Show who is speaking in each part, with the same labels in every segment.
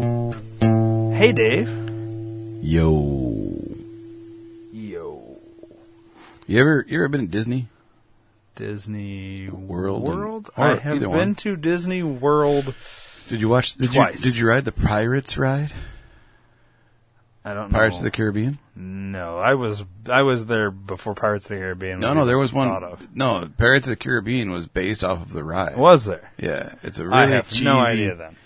Speaker 1: Hey, Dave.
Speaker 2: Yo.
Speaker 1: Yo.
Speaker 2: You ever you ever been to Disney?
Speaker 1: Disney
Speaker 2: World
Speaker 1: World.
Speaker 2: and-
Speaker 1: I
Speaker 2: or
Speaker 1: have
Speaker 2: either
Speaker 1: been
Speaker 2: one.
Speaker 1: to Disney World.
Speaker 2: Did you watch did
Speaker 1: Twice.
Speaker 2: you did you ride the Pirates ride?
Speaker 1: I don't know.
Speaker 2: Pirates of the Caribbean?
Speaker 1: No, I was I was there before Pirates of the Caribbean.
Speaker 2: No,
Speaker 1: was
Speaker 2: no,
Speaker 1: even
Speaker 2: there was one.
Speaker 1: thought of.
Speaker 2: No, Pirates of the Caribbean was based off of the ride.
Speaker 1: Was there?
Speaker 2: Yeah, it's a really
Speaker 1: I have
Speaker 2: cheesy.
Speaker 1: no idea then.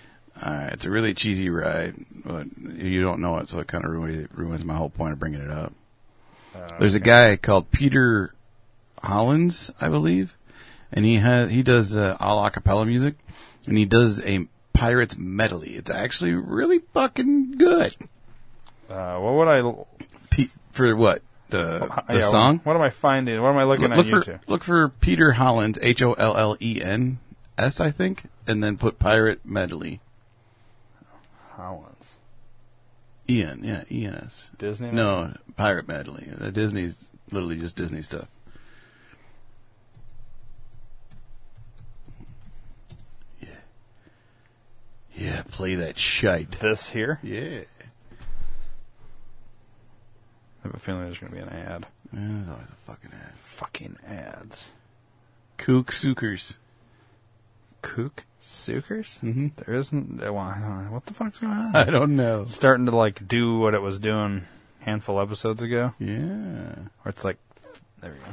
Speaker 2: Uh, it's a really cheesy ride, but you don't know it, so it kind of ruins, ruins my whole point of bringing it up.
Speaker 1: Uh,
Speaker 2: There's a guy called Peter Hollins, I believe, and he has he does uh, all a cappella music, and he does a Pirates medley. It's actually really fucking good.
Speaker 1: Uh, what would I? l-
Speaker 2: Pe- for what the the
Speaker 1: Uh, yeah,
Speaker 2: song?
Speaker 1: What am I finding? What am I looking
Speaker 2: Look,
Speaker 1: at
Speaker 2: look
Speaker 1: YouTube?
Speaker 2: for look for Peter Hollins, H O L L E N S, I think, and then put Pirate Medley.
Speaker 1: Hollins.
Speaker 2: Ian, yeah, E N S.
Speaker 1: Disney.
Speaker 2: No, Pirate Medley. The Disney's literally just Disney stuff. Yeah. Yeah, play that shite.
Speaker 1: This here.
Speaker 2: Yeah.
Speaker 1: I have a feeling there's going to be an ad.
Speaker 2: Yeah, There's always a fucking ad.
Speaker 1: Fucking ads.
Speaker 2: Kook Sookers.
Speaker 1: Kook Sukers.
Speaker 2: Mhm.
Speaker 1: There isn't. uh, why- I don't know. What the fuck's going on?
Speaker 2: I don't know.
Speaker 1: It's starting to like do what it was doing a handful episodes ago,
Speaker 2: Yeah.
Speaker 1: where it's like, there we go.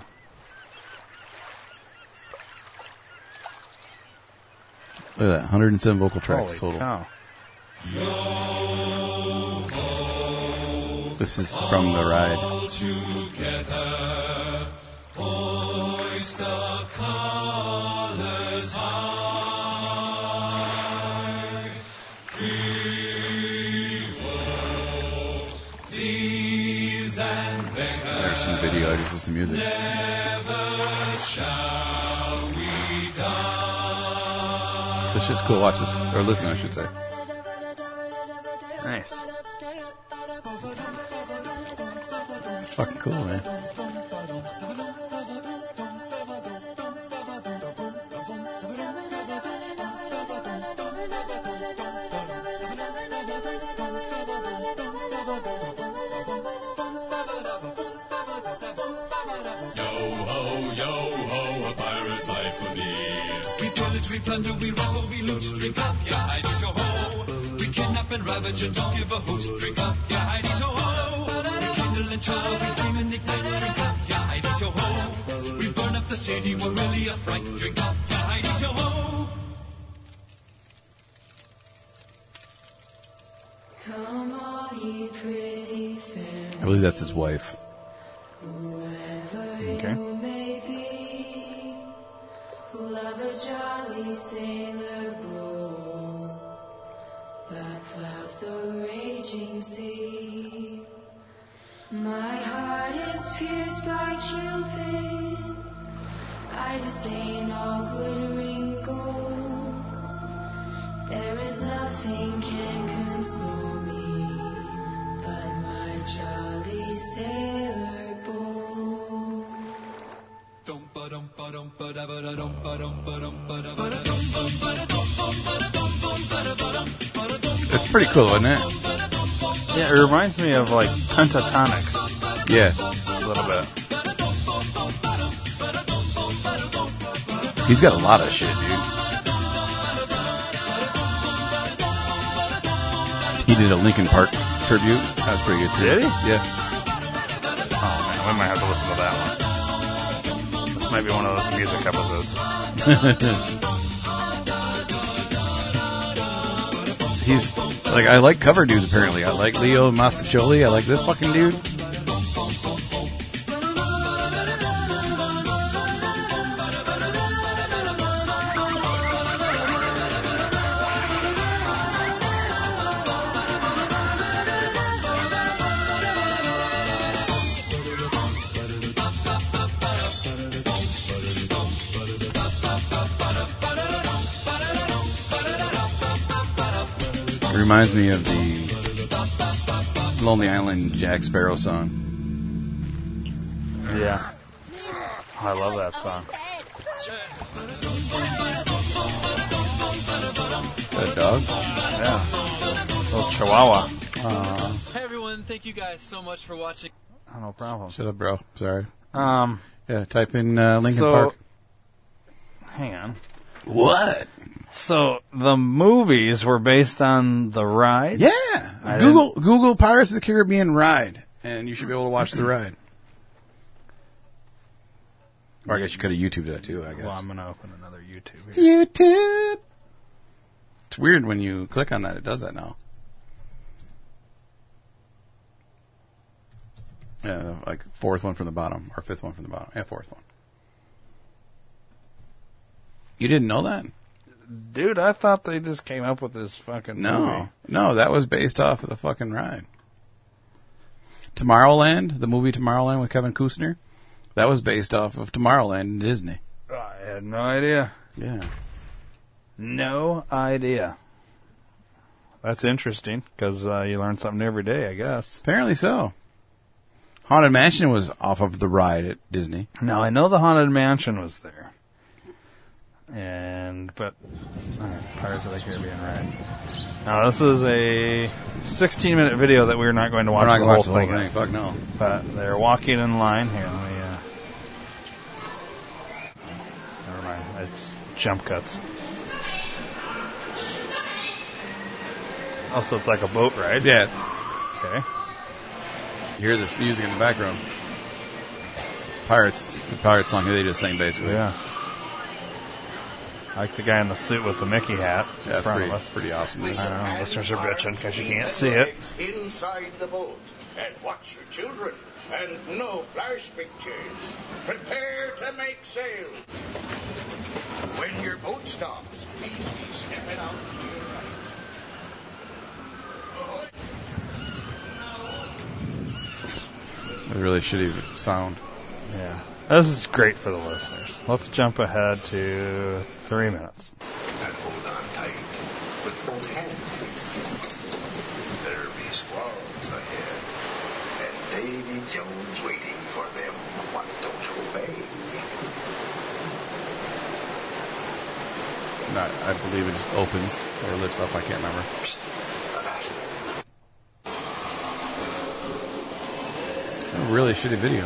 Speaker 2: Look at that. 107 vocal tracks
Speaker 1: Holy
Speaker 2: total.
Speaker 1: cow.
Speaker 2: This is from the ride. Never seen the video. I just listen to music. This shit's cool. Watch this or listen, I should say.
Speaker 1: Nice.
Speaker 2: It's fucking cool, man.
Speaker 3: We pillage, we plunder, we rob, we loot, drink up, yeah, hidey so ho. We kidnap and ravage and don't give a hoot, drink up, yeah, hidey so ho. We kindle and char, we flame and ignite, drink up, yeah, hidey so ho. We burn up the city, we're really a fright, drink up, yeah, hidey so ho.
Speaker 4: Come all ye pretty fair,
Speaker 2: I believe that's his wife.
Speaker 4: whoever
Speaker 1: Okay.
Speaker 4: you may be, who love a jolly sailor roll, black clouds or raging sea. My heart is pierced by Cupid. I brightest ain't all glittering gold. There is nothing can console me but my jolly sailor bold.
Speaker 5: It's pretty cool, isn't it? Yeah, it reminds me of like pentatonics
Speaker 2: Yeah.
Speaker 5: a little bit.
Speaker 2: He's got a lot of shit, dude. He did a Linkin Park tribute. That was pretty good too.
Speaker 5: Did he?
Speaker 2: Yeah.
Speaker 5: Oh man, we might have to listen to that one. This might be one of those music episodes.
Speaker 2: He's like I like cover dudes apparently. I like Leo Masticholi. I like this fucking dude. It reminds me of the Lonely Island Jack Sparrow song.
Speaker 5: Yeah. Oh, I love that song.
Speaker 2: That dog.
Speaker 5: Yeah. Little Chihuahua.
Speaker 6: Hey everyone, thank you guys so much for watching.
Speaker 5: Oh, no problem.
Speaker 2: Shut up, bro. Sorry.
Speaker 5: Um,
Speaker 2: Yeah. Type in uh, Linkin
Speaker 5: so,
Speaker 2: Park.
Speaker 5: hang on.
Speaker 2: What?
Speaker 5: So the movies were based on the ride.
Speaker 2: Yeah.
Speaker 5: I
Speaker 2: Google Google Pirates of the Caribbean ride, and you should be able to watch the ride. Or I guess you could have YouTubed that too. I guess
Speaker 5: Well, I'm gonna open another YouTube. Here.
Speaker 2: YouTube. It's weird when you click on that; it does that now. Yeah, like fourth one from the bottom, or fifth one from the bottom, and fourth one. You didn't know that?
Speaker 5: Dude, I thought they just came up with this fucking movie.
Speaker 2: No, no, that was based off of the fucking ride. Tomorrowland, the movie Tomorrowland with Kevin Costner, that was based off of Tomorrowland in Disney.
Speaker 5: I had no idea.
Speaker 2: Yeah,
Speaker 5: No idea. That's interesting because uh, you learn something new every day, I guess.
Speaker 2: apparently so. Haunted Mansion was off of the ride at Disney.
Speaker 5: Now I know the haunted mansion was there, and but uh, Pirates of the Caribbean ride. Now this is a 16-minute video that we're not going to watch,
Speaker 2: We're not
Speaker 5: the,
Speaker 2: gonna
Speaker 5: whole
Speaker 2: watch the whole thing.
Speaker 5: thing.
Speaker 2: Fuck no.
Speaker 5: But they're walking in line here. Let me, uh, never mind. It's jump cuts. Also, it's like a boat ride.
Speaker 2: Yeah,
Speaker 5: Okay.
Speaker 2: you hear this music in the background. Pirates, the pirate song they just sang basically.
Speaker 5: Yeah. I like the guy in the suit with the Mickey hat
Speaker 2: Yeah,
Speaker 5: in
Speaker 2: that's
Speaker 5: front
Speaker 2: pretty,
Speaker 5: of us.
Speaker 2: pretty awesome.
Speaker 5: I don't know. Listeners are bitching because you can't
Speaker 7: Keep
Speaker 5: see
Speaker 7: the
Speaker 5: it.
Speaker 7: legs Inside the boat, and watch your children, and no flash pictures. Prepare to make sail. When your boat stops, please be stepping out to your right.
Speaker 2: It was really shitty sound.
Speaker 5: Yeah. This is great for the listeners. Let's jump ahead to three minutes.
Speaker 7: And hold on tight with both hands. There be squalls ahead, and Davy Jones waiting for them. What don't obey?
Speaker 2: Not, I believe it just opens or lifts up. I can't remember. A really shitty video.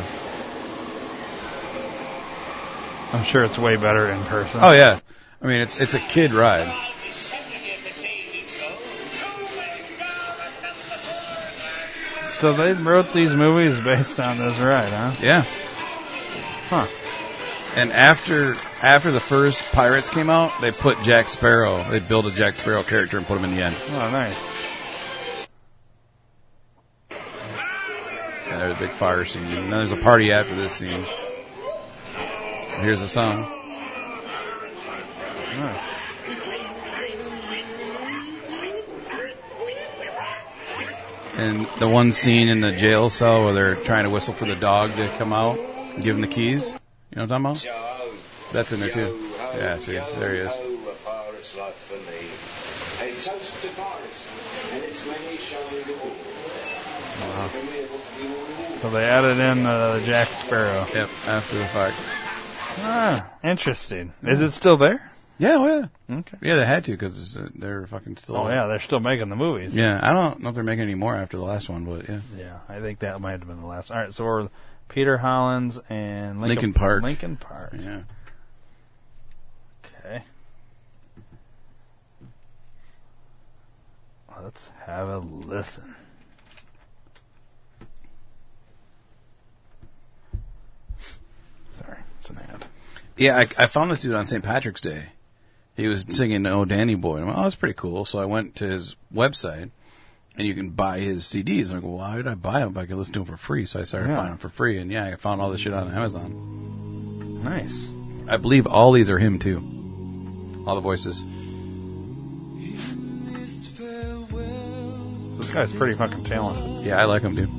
Speaker 5: I'm sure it's way better in person.
Speaker 2: Oh yeah, I mean it's it's a kid ride.
Speaker 5: So they wrote these movies based on this ride, huh?
Speaker 2: Yeah,
Speaker 5: Huh.
Speaker 2: and after after the first Pirates came out, they put Jack Sparrow. They built a Jack Sparrow character and put him in the end.
Speaker 5: Oh, nice.
Speaker 2: And there's a big fire scene. And then there's a party after this scene. Here's the song. And the one scene in the jail cell where they're trying to whistle for the dog to come out, give him the keys. You know what I'm talking about? That's in there too.
Speaker 7: Yo-ho,
Speaker 2: Yeah, see, there he is.
Speaker 7: yo-ho, a pirate's life for me. A toast to pirates, and its many shines of all.
Speaker 5: So they added in uh, Jack Sparrow.
Speaker 2: Yep, after the fact.
Speaker 5: Ah, interesting. Is it still there?
Speaker 2: Yeah, oh yeah,
Speaker 5: Okay.
Speaker 2: yeah. They had to because they're fucking still.
Speaker 5: Oh yeah, they're still making the movies.
Speaker 2: Yeah, I don't know if they're making any more after the last one, but yeah.
Speaker 5: Yeah, I think that might have been the last. All right, so we're Peter Hollins and
Speaker 2: Lincoln
Speaker 5: Lincoln,
Speaker 2: Park.
Speaker 5: Lincoln Park.
Speaker 2: Yeah.
Speaker 5: Okay. Let's have a listen. Sorry, it's an ad.
Speaker 2: Yeah, I, I found this dude on St. Patrick's Day. He was singing "Oh Danny Boy," and I'm like, "Oh, that's pretty cool." So I went to his website, and you can buy his CDs. I'm like, well, "Why did I buy them if I could listen to them for free?" So I started
Speaker 5: Yeah.
Speaker 2: finding them for free, and yeah, I found all this shit on Amazon.
Speaker 5: Nice.
Speaker 2: I believe all these are him too. All the voices.
Speaker 5: This guy's pretty fucking talented.
Speaker 2: Yeah, I like him, dude.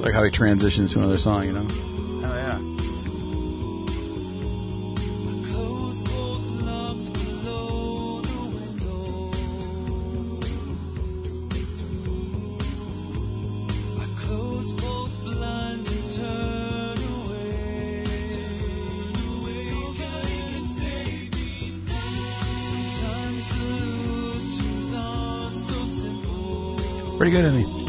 Speaker 2: Like how he transitions to another song, you know.
Speaker 5: Oh yeah.
Speaker 2: Pretty good, isn't he?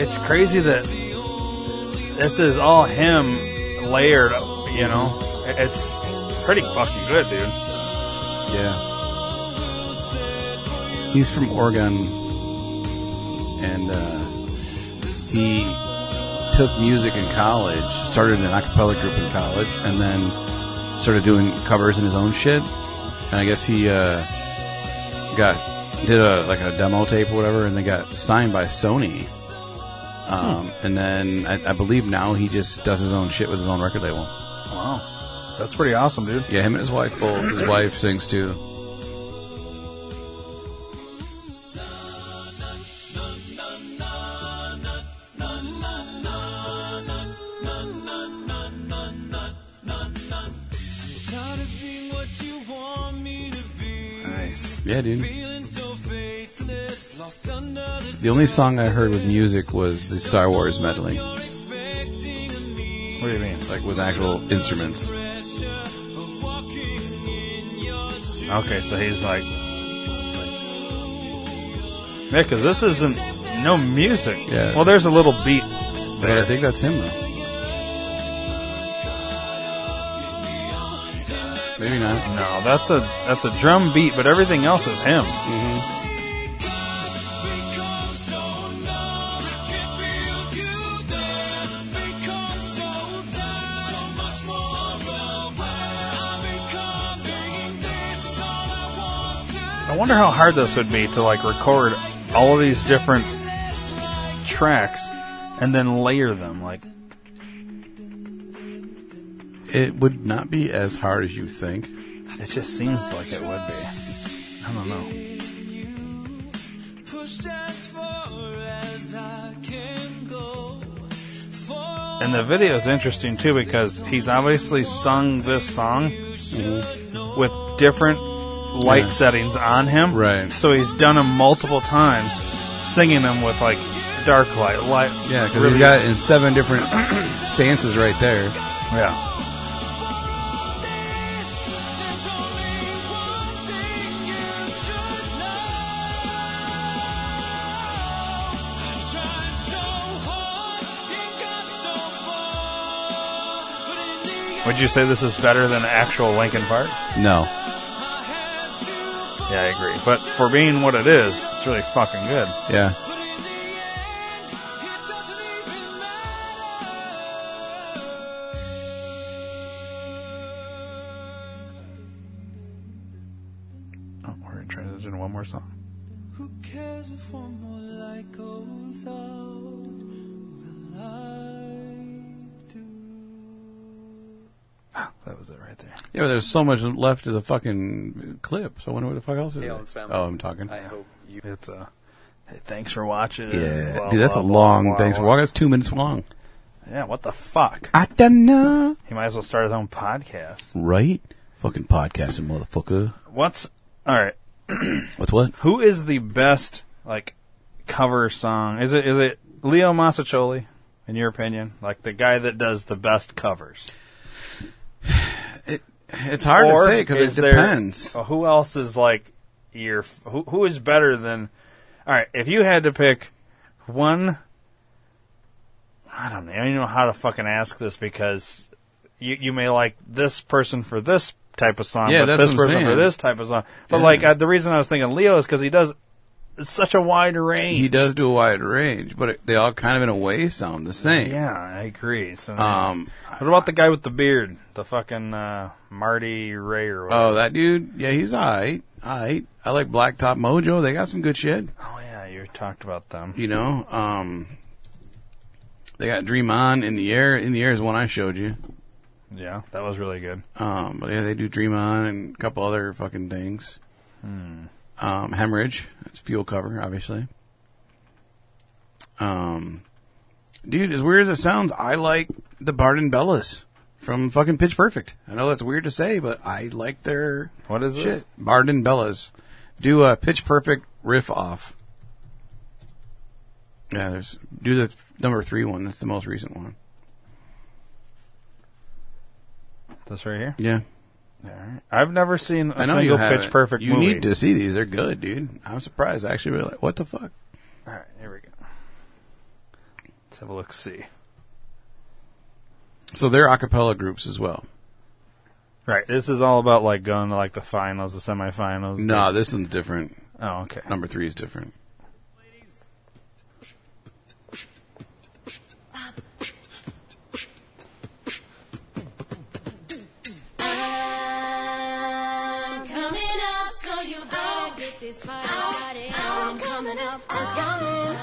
Speaker 5: It's crazy that this is all him layered, you know? It's pretty fucking good, dude.
Speaker 2: Yeah. He's from Oregon, and uh, he took music in college, started an a cappella group in college, and then started doing covers in his own shit. And I guess he uh, got did a like a demo tape or whatever, and they got signed by Sony. Um, And then I, I believe now he just does his own shit with his own record label.
Speaker 5: Wow. That's pretty awesome, dude.
Speaker 2: Yeah, him and his wife both. His wife sings too.
Speaker 5: Nice.
Speaker 2: Yeah, dude. The only song I heard with music was the Star Wars medley,
Speaker 5: What do you mean?
Speaker 2: like with actual instruments.
Speaker 5: Okay, so he's like. Yeah, because this isn't. No music.
Speaker 2: Yeah.
Speaker 5: Well, there's a little beat.
Speaker 2: But I think that's him though. Maybe not.
Speaker 5: No, that's a that's a drum beat, but everything else is him. I wonder how hard this would be to like record all of these different tracks and then layer them. Like,
Speaker 2: It would not be as hard as you think.
Speaker 5: it just seems like it would be. I don't know.
Speaker 1: pushed as far as I can go. For
Speaker 5: And the video is interesting too because he's obviously sung this song with different light
Speaker 2: Mm-hmm. Yeah.
Speaker 5: settings on him.
Speaker 2: Right.
Speaker 5: So he's done them multiple times, singing them with like dark light, light.
Speaker 2: Yeah, because we got it in seven different stances right there.
Speaker 5: Yeah.
Speaker 1: there's only one thing you should know. I tried so hard and got so far.
Speaker 5: Would you say this is better than actual Lincoln Park?
Speaker 2: No.
Speaker 5: Yeah, I agree. But for being what it is, it's really fucking good.
Speaker 2: Yeah.
Speaker 5: Oh, we're gonna try this in one more song.
Speaker 8: Who cares if one more light goes out? Well, I do.
Speaker 5: That was it right there.
Speaker 2: Yeah, but there's so much left of the fucking clip, so I wonder what the fuck else is it. Oh, I'm talking.
Speaker 3: hope you.
Speaker 5: It's uh, hey, thanks for watching.
Speaker 2: yeah.
Speaker 5: Blah,
Speaker 2: Dude, that's
Speaker 5: blah,
Speaker 2: a
Speaker 5: blah,
Speaker 2: long
Speaker 5: blah,
Speaker 2: thanks for
Speaker 5: blah.
Speaker 2: walking. That's two minutes long.
Speaker 5: Yeah, what the fuck?
Speaker 2: I don't know.
Speaker 5: He might as well start his own podcast.
Speaker 2: Right? Fucking podcasting, motherfucker.
Speaker 5: What's all right?
Speaker 2: What's what?
Speaker 5: Who is the best like cover song? Is it is it Leo Massaccioli? In your opinion, like the guy that does the best covers?
Speaker 2: It's hard
Speaker 5: Or
Speaker 2: to say because
Speaker 5: is
Speaker 2: it
Speaker 5: there-
Speaker 2: depends.
Speaker 5: uh, who else is like your who, who is better than? All right, if you had to pick one, I don't know. I don't even know how to fucking ask this because you you may like this person for this type of song,
Speaker 2: Yeah,
Speaker 5: but
Speaker 2: that's
Speaker 5: this
Speaker 2: what I'm
Speaker 5: person for
Speaker 2: saying.
Speaker 5: this type of song. But
Speaker 2: Yeah.
Speaker 5: like uh, the reason I was thinking Leo is because he does such a wide range.
Speaker 2: He does do a wide range, but it, they all kind of in a way sound the same.
Speaker 5: Yeah, I agree. So,
Speaker 2: Um,
Speaker 5: what about the guy with the beard, the fucking uh, Marty Ray or whatever?
Speaker 2: Oh, that dude. Yeah, he's alright. Alright. I like Blacktop Mojo. They got some good shit.
Speaker 5: oh yeah, you talked about them.
Speaker 2: You know, um, they got Dream On in the air. In the air is one I showed you.
Speaker 5: Yeah, that was really good.
Speaker 2: Um, but yeah, they do Dream On and a couple other fucking things.
Speaker 5: Hmm.
Speaker 2: Um, Hemorrhage. It's fuel cover, obviously. Um, dude, as weird as it sounds, I like the Barden Bellas from fucking Pitch Perfect. I know that's weird to say, but I like their
Speaker 5: What is
Speaker 2: shit. Barden Bellas do a Pitch Perfect riff off. Yeah, there's do the f- number three one. That's the most recent one.
Speaker 5: this? This right here.
Speaker 2: Yeah,
Speaker 5: All right. I've never seen a
Speaker 2: I know
Speaker 5: single
Speaker 2: you have
Speaker 5: Pitch Perfect
Speaker 2: You
Speaker 5: movie.
Speaker 2: need to see these. They're good, dude. I'm surprised. I actually really. What the fuck?
Speaker 5: All right, here we go. Let's have a look. See.
Speaker 2: So they're a cappella groups as well.
Speaker 5: Right. This is all about like going to like the finals, the semifinals. the-
Speaker 2: No, this one's different.
Speaker 5: Oh, okay.
Speaker 2: Number three is different.
Speaker 4: I'm coming up, so you go. I'm coming up, I'm coming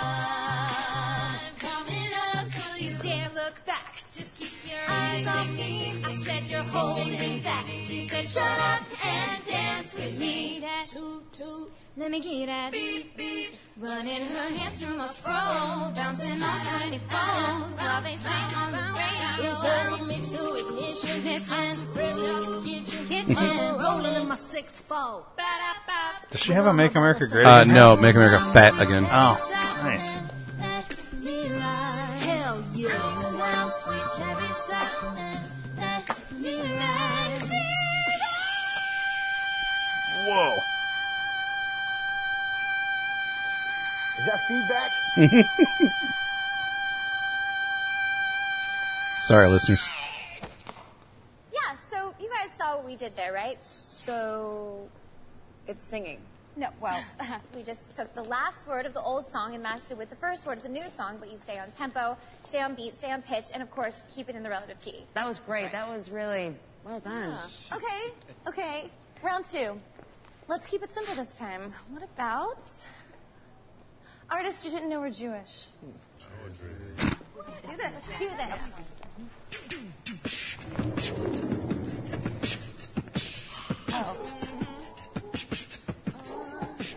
Speaker 4: I'm coming up, so you dare look back. Just keep your eyes on me. I said you're holding back. She said, shut up and dance with me. That toot toot. Let me get that beat beat. Running her hands through my fro, bouncing on tiny phones while they sing on the radio. Serve me to ignition, hot and fresh out the kitchen. I'm rolling in my six four.
Speaker 5: Does she have a Make America Great?
Speaker 2: Uh,
Speaker 5: Again?
Speaker 2: no, Make America Fat again.
Speaker 5: Oh, nice.
Speaker 4: Hell yeah.
Speaker 5: Whoa.
Speaker 7: Is that feedback?
Speaker 2: Sorry, listeners.
Speaker 9: Yeah, so you guys saw what we did there, right? So it's singing. No, well, we just took the last word of the old song and matched it with the first word of the new song, but you stay on tempo, stay on beat, stay on pitch, and of course, keep it in the relative key.
Speaker 6: That was great. That was really well done.
Speaker 9: Okay, okay. Round two. Let's keep it simple this time. What about artists you didn't know were Jewish? Let's do this. Let's do this.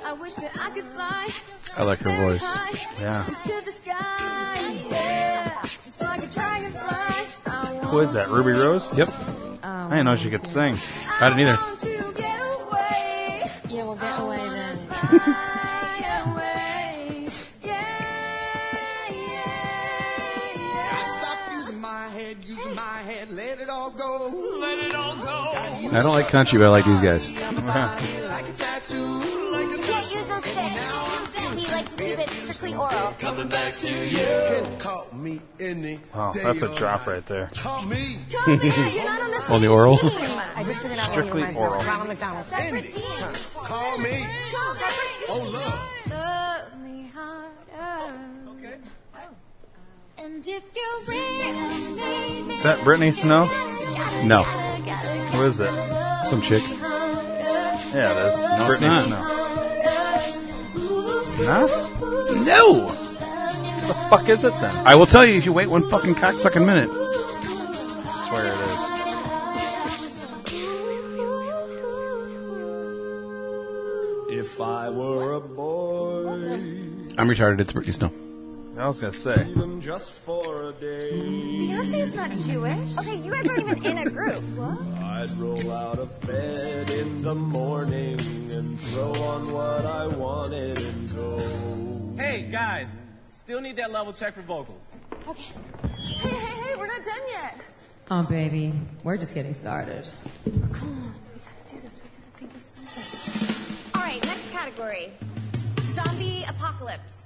Speaker 4: I wish that I could fly.
Speaker 2: I like her voice.
Speaker 5: Yeah.
Speaker 4: To the sky, yeah. Just like a dragonfly. I
Speaker 5: Who is that? Ruby Rose?
Speaker 2: Yep.
Speaker 5: I didn't know she could sing.
Speaker 2: I didn't either.
Speaker 4: want to get away.
Speaker 6: Yeah, we'll get away then.
Speaker 4: Fly away. Yeah, yeah, yeah.
Speaker 10: Stop using my head, using my head, let it all go. Let it all go.
Speaker 2: I don't like country, but I like these guys.
Speaker 10: Like a tattoo, like a
Speaker 9: You can't use those sticks. We like to do keep it strictly oral.
Speaker 3: Coming back to you. Can call me any
Speaker 5: Wow, Oh, that's a drop right there.
Speaker 3: Call me.
Speaker 5: Only oral?
Speaker 6: I just figured out what he
Speaker 5: Strictly
Speaker 6: reminds me
Speaker 5: oral.
Speaker 6: of. Ronald McDonald.
Speaker 9: Separate teams.
Speaker 3: Call me.
Speaker 9: Oh,
Speaker 3: love.
Speaker 4: Love me harder. Okay. And if you really
Speaker 5: Is that Brittany Snow?
Speaker 11: No.
Speaker 5: Who is it?
Speaker 11: Some chick.
Speaker 5: Yeah, it is.
Speaker 11: No, it's
Speaker 5: Brittany
Speaker 11: not.
Speaker 5: Snow.
Speaker 2: Not? No! What
Speaker 5: the fuck is it then?
Speaker 2: I will tell you if you wait one fucking cocksucking minute.
Speaker 5: I swear it is.
Speaker 12: If I were a boy,
Speaker 2: I'm retarded. It's Britney Snow.
Speaker 5: I was gonna say.
Speaker 12: even just for a day,
Speaker 9: Beyonce's not Jewish. Okay, you guys aren't even in a group. What?
Speaker 12: I'd roll out of bed in the morning and throw on what I wanted and go.
Speaker 13: Hey, guys, still need that level check for vocals.
Speaker 9: Okay. Hey, hey, hey, we're not done yet.
Speaker 6: Oh, baby. We're just getting started.
Speaker 9: do this. We gotta think of something. All right, next category: zombie apocalypse.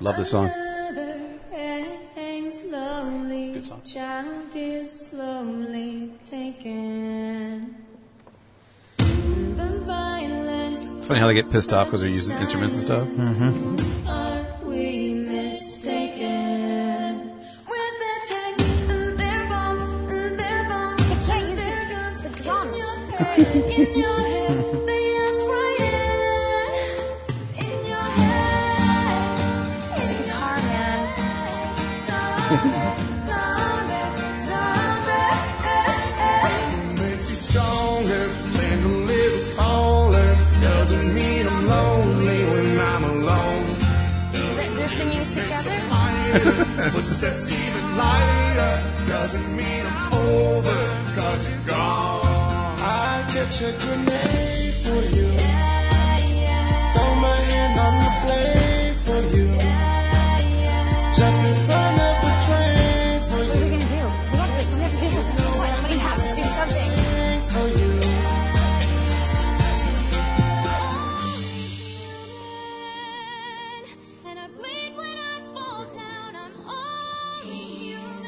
Speaker 11: Love this song.
Speaker 4: Good song. Child is slowly taken. The violence
Speaker 11: It's funny how they get pissed off because they're using instruments and stuff. Mm-hmm.
Speaker 4: Are we mistaken? With their tanks and their bombs and their bombs and their guns in your head, in your head, they are crying. In your head, it's a guitar man. Zombie, zombie, zombie.
Speaker 3: Makes you stronger. Take a little taller. Doesn't mean I'm lonely when I'm alone.
Speaker 9: They're, they're singing together.
Speaker 3: Footsteps even lighter. Doesn't mean I'm over. Cause you're gone. I catch a grenade for you. Throw my hand on the blade for you. Jump in front of a train for you.
Speaker 9: What are we gonna do? We have to, we have to do something. Come on, Somebody has to do something.
Speaker 3: For you.
Speaker 4: And I bleed when I fall down. I'm only human.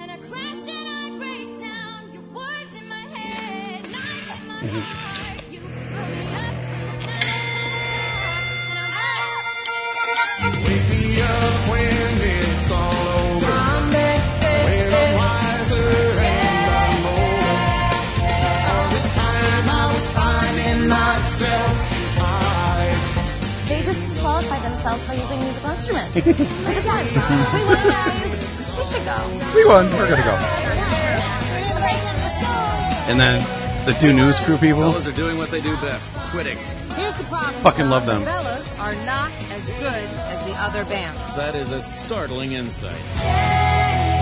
Speaker 4: And I crash and I break down. Your words in my head, knives in my
Speaker 5: Mm-hmm.
Speaker 4: heart. You pull me up and
Speaker 3: Wake me up when it's all over. When I'm wiser and I'm older. All this time I was finding myself. I
Speaker 9: They just disqualify themselves by using musical instruments. We're just done. We won, guys. We should go.
Speaker 2: We won. We're gonna go. And then the two news crew people.
Speaker 13: Fellas are doing what they do best, quitting.
Speaker 6: Here's the problem.
Speaker 2: Fucking love them.
Speaker 6: Fellas are not as good as the other bands.
Speaker 13: That is a startling insight.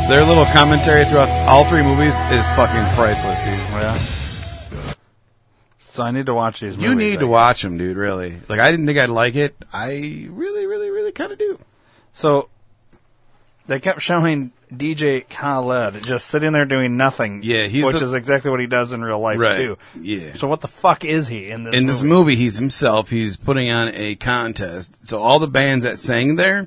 Speaker 2: Their little commentary throughout all three movies is fucking priceless, dude.
Speaker 5: Oh, So I need to watch these movies.
Speaker 2: You need
Speaker 5: I
Speaker 2: to watch them, dude. Really. Like I didn't think I'd like it. I really, really, really kind of do.
Speaker 5: So they kept showing DJ Khaled just sitting there doing nothing. Yeah,
Speaker 2: he's
Speaker 5: which
Speaker 2: the-
Speaker 5: is exactly what he does in real life
Speaker 2: Right.
Speaker 5: too.
Speaker 2: Yeah.
Speaker 5: So what the fuck is he in this?
Speaker 2: in
Speaker 5: movie?
Speaker 2: this movie, he's himself. He's putting on a contest. So all the bands that sang there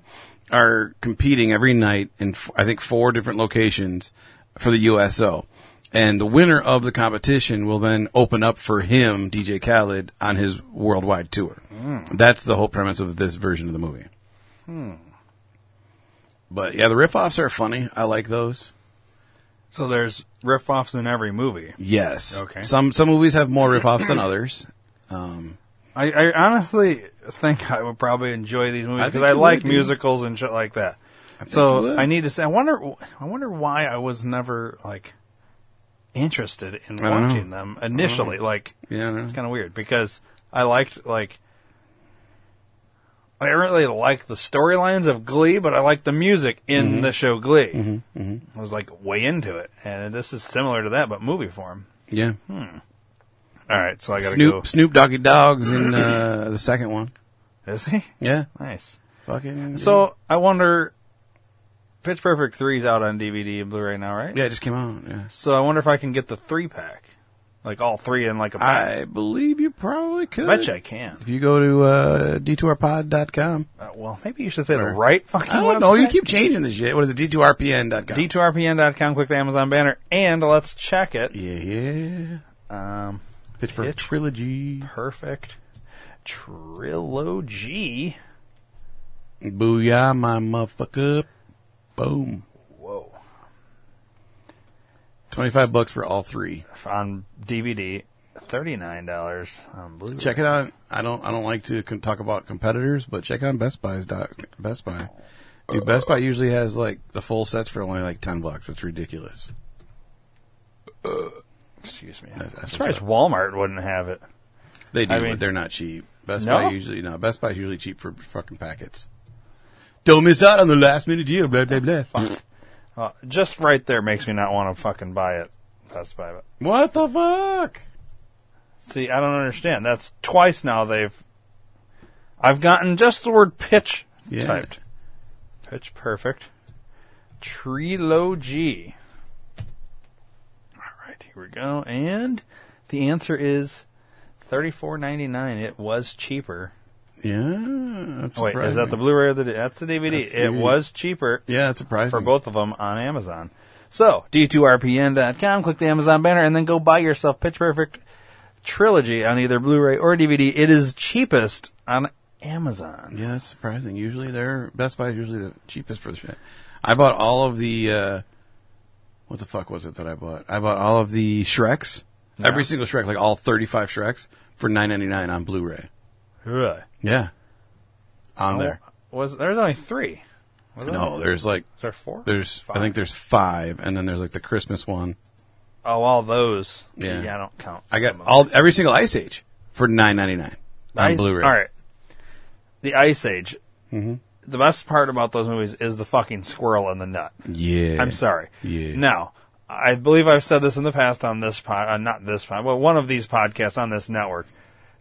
Speaker 2: are competing every night in, f- I think, four different locations for the USO. And the winner of the competition will then open up for him, DJ Khaled, on his worldwide tour.
Speaker 5: Mm.
Speaker 2: That's the whole premise of this version of the movie.
Speaker 5: Hmm.
Speaker 2: But yeah, the riff-offs are funny. I like those.
Speaker 5: So there's riff offs in every movie.
Speaker 2: Yes.
Speaker 5: Okay.
Speaker 2: Some some movies have more riff-offs than others. Um,
Speaker 5: I, I honestly think I would probably enjoy these movies
Speaker 2: I
Speaker 5: because
Speaker 2: think
Speaker 5: I,
Speaker 2: you
Speaker 5: like
Speaker 2: would, dude.
Speaker 5: musicals and shit like that.
Speaker 2: you
Speaker 5: so
Speaker 2: would.
Speaker 5: I need to say, I wonder, I wonder why I was never like interested in
Speaker 2: I don't know.
Speaker 5: watching them
Speaker 2: I don't know.
Speaker 5: initially. Like,
Speaker 2: Yeah, I know.
Speaker 5: it's kind of weird because I liked like. I really liked the storylines of Glee, but I liked the music in
Speaker 2: Mhm.
Speaker 5: the show Glee.
Speaker 2: Mhm, mhm.
Speaker 5: I was like way into it, and this is similar to that, but movie form.
Speaker 2: yeah.
Speaker 5: Hmm. All right, so I gotta
Speaker 2: Snoop
Speaker 5: go.
Speaker 2: Snoop Doggy Dogs in uh, the second one.
Speaker 5: Is he?
Speaker 2: Yeah.
Speaker 5: Nice.
Speaker 2: Fucking.
Speaker 5: So I wonder. Pitch Perfect 3 is out on DVD and Blu-ray now, right?
Speaker 2: Yeah, it just came out. Yeah.
Speaker 5: So I wonder if I can get the three pack. Like all three in like a pack.
Speaker 2: I believe you probably could.
Speaker 5: Betcha I can.
Speaker 2: If you go to uh, d2rpod.com.
Speaker 5: Uh, well, maybe you should say the right fucking
Speaker 2: I don't
Speaker 5: website.
Speaker 2: know. Oh, You keep changing this shit. What is it? d2rpn.com.
Speaker 5: D2RPN.com, click the Amazon banner, and let's check it.
Speaker 2: Yeah,
Speaker 5: yeah. Um,
Speaker 2: Pittsburgh
Speaker 5: Pitch-
Speaker 2: Trilogy.
Speaker 5: Perfect. Trilogy.
Speaker 2: Booyah, my motherfucker. Boom.
Speaker 5: Whoa.
Speaker 2: 25 bucks for all three.
Speaker 5: On DVD, $39 on Blu-ray.
Speaker 2: Check it out. I don't I don't like to con- talk about competitors, but check out Best Buy's doc, Best Buy. Dude, Best Buy usually has like the full sets for only like 10 bucks. It's ridiculous.
Speaker 5: Excuse me.
Speaker 2: That's- that's
Speaker 5: I'm
Speaker 2: what's
Speaker 5: surprised
Speaker 2: up.
Speaker 5: Walmart wouldn't have it.
Speaker 2: They do,
Speaker 5: I mean-
Speaker 2: but they're not cheap. Best
Speaker 5: No?
Speaker 2: Buy usually no. Best Buy's usually cheap for fucking packets. Don't miss out on the last minute deal. Blah blah blah.
Speaker 5: Uh, just right there makes me not want to fucking buy it. Best Buy. But
Speaker 2: What the fuck?
Speaker 5: see, I don't understand. That's twice now they've. I've gotten just the word pitch
Speaker 2: Yeah.
Speaker 5: typed. Pitch perfect. Trilogy. All right, here we go. And the answer is thirty-four ninety-nine. It was cheaper. Oh,
Speaker 2: Yeah. That's
Speaker 5: Wait, is that the
Speaker 2: surprising.
Speaker 5: Blu-ray or the? That's the DVD.
Speaker 2: That's
Speaker 5: it
Speaker 2: DVD.
Speaker 5: was cheaper.
Speaker 2: Yeah, that's surprising.
Speaker 5: for both of them on Amazon. So, d2rpn.com, click the Amazon banner, and then go buy yourself Pitch Perfect Trilogy on either Blu ray or DVD. It is cheapest on Amazon.
Speaker 2: Yeah, that's surprising. Usually, they're Best Buy is usually the cheapest for the shit. I bought all of the uh, what the fuck was it that I bought? I bought all of the Shreks,
Speaker 5: Yeah.
Speaker 2: every single Shrek, like all thirty-five Shreks for nine ninety-nine on Blu-ray.
Speaker 5: Really?
Speaker 2: Yeah, on there.
Speaker 5: Was, there's only three. Was there?
Speaker 2: No, there's like
Speaker 5: Is there four?
Speaker 2: there's
Speaker 5: Five.
Speaker 2: I think there's five, and then there's like the Christmas one.
Speaker 5: Oh, all those.
Speaker 2: Yeah.
Speaker 5: I don't count.
Speaker 2: I got all every single Ice Age for nine ninety-nine on
Speaker 5: Ice-
Speaker 2: Blu-ray.
Speaker 5: All right. The Ice Age.
Speaker 2: Mhm.
Speaker 5: The best part about those movies is the fucking squirrel and the nut.
Speaker 2: Yeah,
Speaker 5: I'm sorry.
Speaker 2: Yeah.
Speaker 5: Now, I believe I've said this in the past on this pod, uh, not this pod, but one of these podcasts on this network,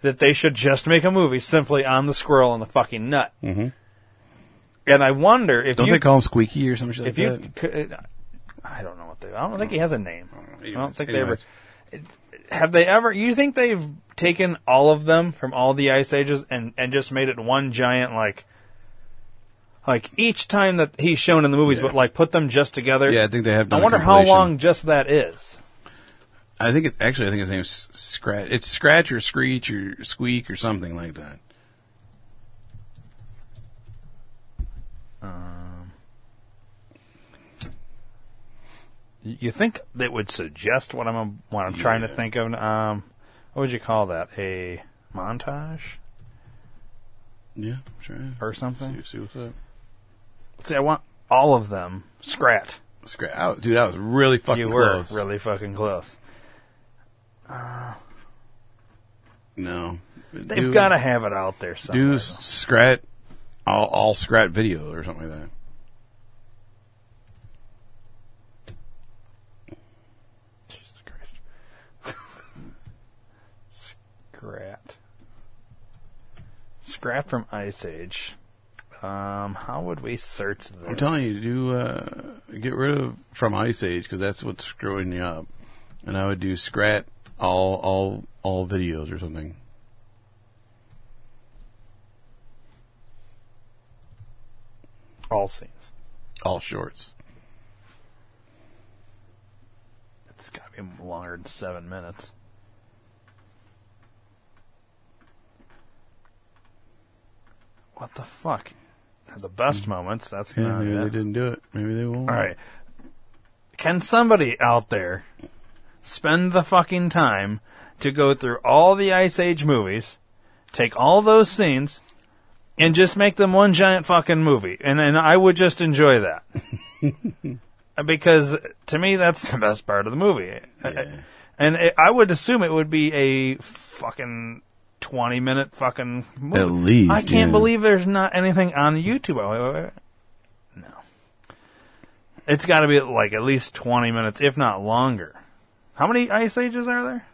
Speaker 5: that they should just make a movie simply on the squirrel and the fucking nut.
Speaker 2: Mm-hmm.
Speaker 5: And I wonder if
Speaker 2: Don't
Speaker 5: you,
Speaker 2: they call him Squeaky or something like
Speaker 5: if
Speaker 2: that?
Speaker 5: you, could, uh, I don't know what they. I don't think he has a name. I don't think
Speaker 2: anyways.
Speaker 5: they ever. Have they ever? You think they've taken all of them from all the ice ages and and just made it one giant like. Like each time that he's shown in the movies,
Speaker 2: Yeah.
Speaker 5: but like put them just together.
Speaker 2: Yeah, I think they have done
Speaker 5: I
Speaker 2: a
Speaker 5: wonder how
Speaker 2: compilation.
Speaker 5: long just that is.
Speaker 2: I think it actually. I think his name's Scratch. It's Scratch or Screech or Squeak or something like that.
Speaker 5: You think that would suggest what I'm what I'm trying to
Speaker 2: Yeah.
Speaker 5: think of? Um, what would you call that? A montage
Speaker 2: Yeah, sure.
Speaker 5: or something?
Speaker 2: See, see what's up.
Speaker 5: See, I want all of them. Scrat.
Speaker 2: Scratch, I, oh, dude. I was really fucking
Speaker 5: you
Speaker 2: close.
Speaker 5: were really fucking close.
Speaker 2: No,
Speaker 5: They've got to have it out there somewhere.
Speaker 2: do Scrat all, all Scrat video or something like that.
Speaker 5: Jesus Christ. Scrat. Scrat from Ice Age. Um, how would we search this?
Speaker 2: I'm telling you, do uh, get rid of from Ice Age because that's what's screwing you up. And I would do Scrat all all all videos or something.
Speaker 5: all scenes.
Speaker 2: All shorts.
Speaker 5: It's got to be longer than seven minutes. What the fuck? The best moments. That's
Speaker 2: Mm. Yeah,
Speaker 5: not
Speaker 2: maybe they
Speaker 5: it.
Speaker 2: didn't do it. Maybe they won't.
Speaker 5: All right. Can somebody out there spend the fucking time to go through all the Ice Age movies, take all those scenes, and just make them one giant fucking movie? And and I would just enjoy that. because to me, that's the best part of the movie. And it, I would assume it would be a fucking 20 minute fucking movie.
Speaker 2: At least,
Speaker 5: I can't
Speaker 2: yeah.
Speaker 5: believe there's not anything on YouTube. I- I- I- No. It's got to be like at least 20 minutes, if not longer. How many Ice Ages are there?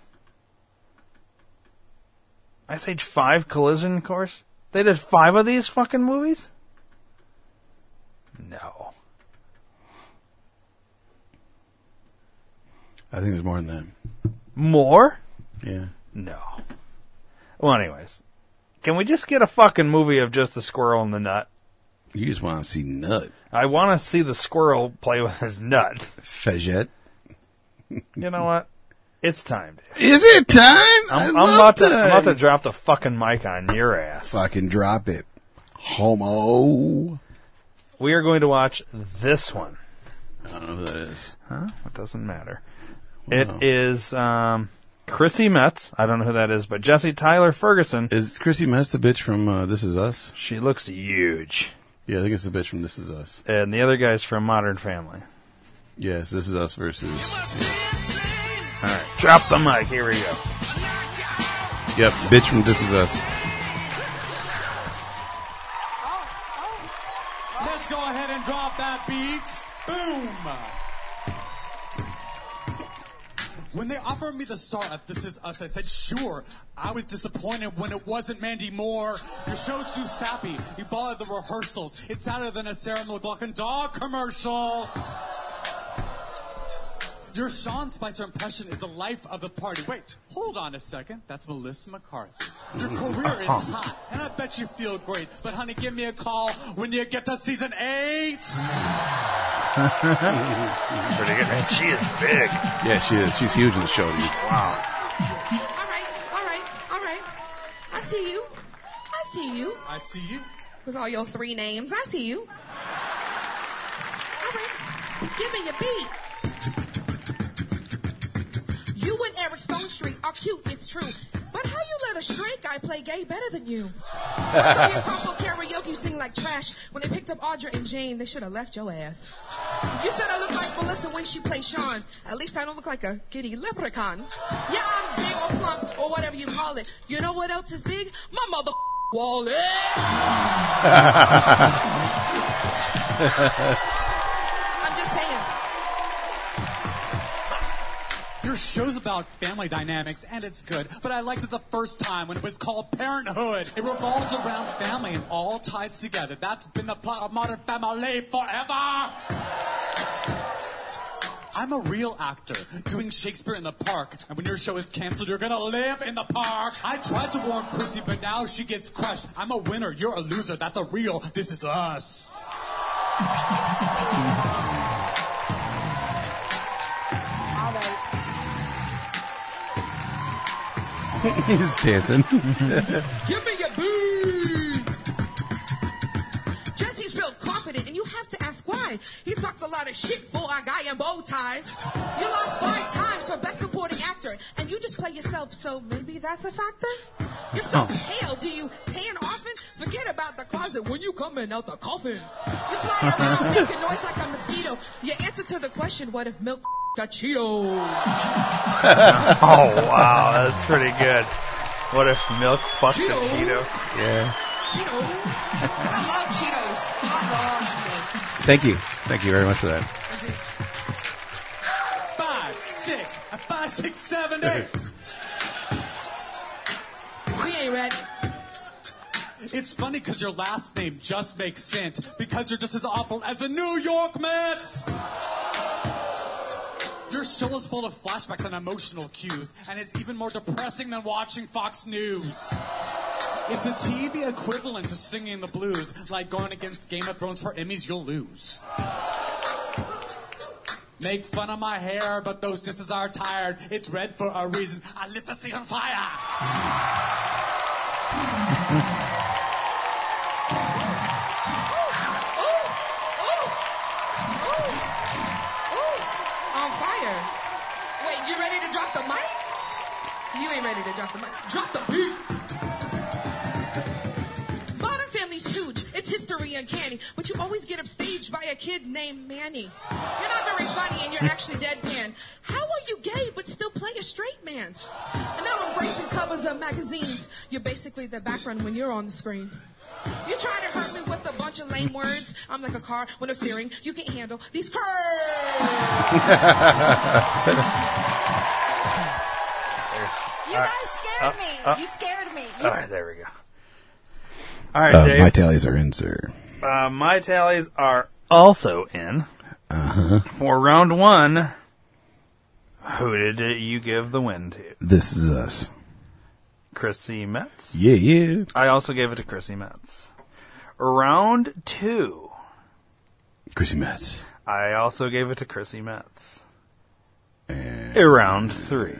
Speaker 5: Ice Age 5 Collision Course? They did five of these fucking movies? No.
Speaker 2: I think there's more than that.
Speaker 5: More?
Speaker 2: Yeah.
Speaker 5: No. Well, anyways, can we just get a fucking movie of just the squirrel and the nut?
Speaker 2: You just want to see nut.
Speaker 5: I want to see the squirrel play with his nut.
Speaker 2: Fajette.
Speaker 5: You know what? It's time. Dave.
Speaker 2: Is it time?
Speaker 5: I'm,
Speaker 2: I
Speaker 5: I'm
Speaker 2: love
Speaker 5: about to, I'm about
Speaker 2: time.
Speaker 5: to drop the fucking mic on your ass.
Speaker 2: Fucking drop it. Homo.
Speaker 5: We are going to watch this one.
Speaker 2: I don't know who that is.
Speaker 5: Huh? It doesn't matter. It is um, Chrissy Metz. I don't know who that is, but Jesse Tyler Ferguson.
Speaker 2: Is Chrissy Metz the bitch from uh, This Is Us?
Speaker 5: She looks huge.
Speaker 2: Yeah, I think it's the bitch from This Is Us.
Speaker 5: And the other guy's from Modern Family.
Speaker 2: Yes, This Is Us versus.
Speaker 5: All right, drop the mic. Here we go.
Speaker 2: Yep, bitch from This Is Us.
Speaker 1: Let's go ahead and drop that beat. Boom. When they offered me the star of This Is Us, I said, sure. I was disappointed when it wasn't Mandy Moore. Your show's too sappy. You bothered the rehearsals. It's sadder than a Sarah McLaughlin dog commercial. Your Sean Spicer impression is the life of the party. Wait, hold on a second. That's Melissa McCarthy. Your career is hot, and I bet you feel great. But honey, give me a call when you get to season eight.
Speaker 5: Pretty good, man. She is big.
Speaker 2: Yeah, she is. She's huge in the show. dude.
Speaker 5: Wow.
Speaker 14: All right, all right, all right. I see you. I see you.
Speaker 1: I see you.
Speaker 14: With all your three names, I see you. All right, give me your beat. You and Eric Stone Street are cute, it's true. But how you let a straight guy play gay better than you? I saw your combo karaoke sing like trash. When they picked up Audra and Jane, they should have left your ass. You said I look like Melissa when she plays Sean. At least I don't look like a giddy leprechaun. Yeah, I'm big or plump or whatever you call it. You know what else is big? My mother wallet. I'm just saying.
Speaker 1: Your show's about family dynamics, and it's good, but I liked it the first time when it was called Parenthood. It revolves around family and all ties together. That's been the plot of Modern Family forever! I'm a real actor doing Shakespeare in the park, and when your show is canceled, you're gonna live in the park. I tried to warn Chrissy, but now she gets crushed. I'm a winner, you're a loser. That's a real. This is us.
Speaker 14: All right.
Speaker 2: He's dancing.
Speaker 14: Give me your boo. Jesse's real confident, and you have to ask why. He talks a lot of shit for a guy in bow ties. You lost five times for best supporting actor, and you just play yourself, so maybe that's a factor? You're
Speaker 2: Oh.
Speaker 14: so pale. Do you tan often? Forget about the closet when you coming out the coffin. You fly around making noise like a mosquito. Your answer to the question, what if milk a Cheeto?
Speaker 5: oh wow, that's pretty good. What if milk fucked a
Speaker 14: Cheeto.
Speaker 5: Cheeto?
Speaker 2: Yeah.
Speaker 14: Cheeto. I love Cheetos. I love Cheetos.
Speaker 2: Thank you. Thank you very much for that.
Speaker 1: Five, six, five, six, seven, eight.
Speaker 14: We ain't ready.
Speaker 1: It's funny because your last name just makes sense because you're just as awful as the New York Mets. Your show is full of flashbacks and emotional cues, and it's even more depressing than watching Fox News. It's a TV equivalent to singing the blues, like going against Game of Thrones for Emmys, you'll lose. Make fun of my hair, but those disses are tired. It's red for a reason. I lit the seat on fire.
Speaker 14: Oh, oh. On fire. Wait, you ready to drop the mic? You ain't ready to drop the mic. Drop the beat. Modern Family's huge. It's history uncanny. But you always get upstaged by a kid named Manny. You're not very funny and you're actually deadpan. How are you gay but still play a straight man? And now embracing covers of magazines. You're basically the background when you're on the screen. You try to hurt me with a bunch of lame words. I'm like a car when I'm steering. You can't handle these curves.
Speaker 9: You
Speaker 5: Uh,
Speaker 9: guys scared
Speaker 5: uh,
Speaker 9: me.
Speaker 5: uh.
Speaker 9: you scared me. You
Speaker 5: All right, there we go. All right,
Speaker 2: Uh,
Speaker 5: Dave.
Speaker 2: my tallies are in, sir.
Speaker 5: uh, my tallies are also in
Speaker 2: Uh huh.
Speaker 5: for round one. Who did you give the win to?
Speaker 2: This is us.
Speaker 5: Chrissy Metz.
Speaker 2: Yeah, yeah.
Speaker 5: I also gave it to Chrissy Metz. Round two.
Speaker 2: Chrissy Metz.
Speaker 5: I also gave it to Chrissy Metz. Round three.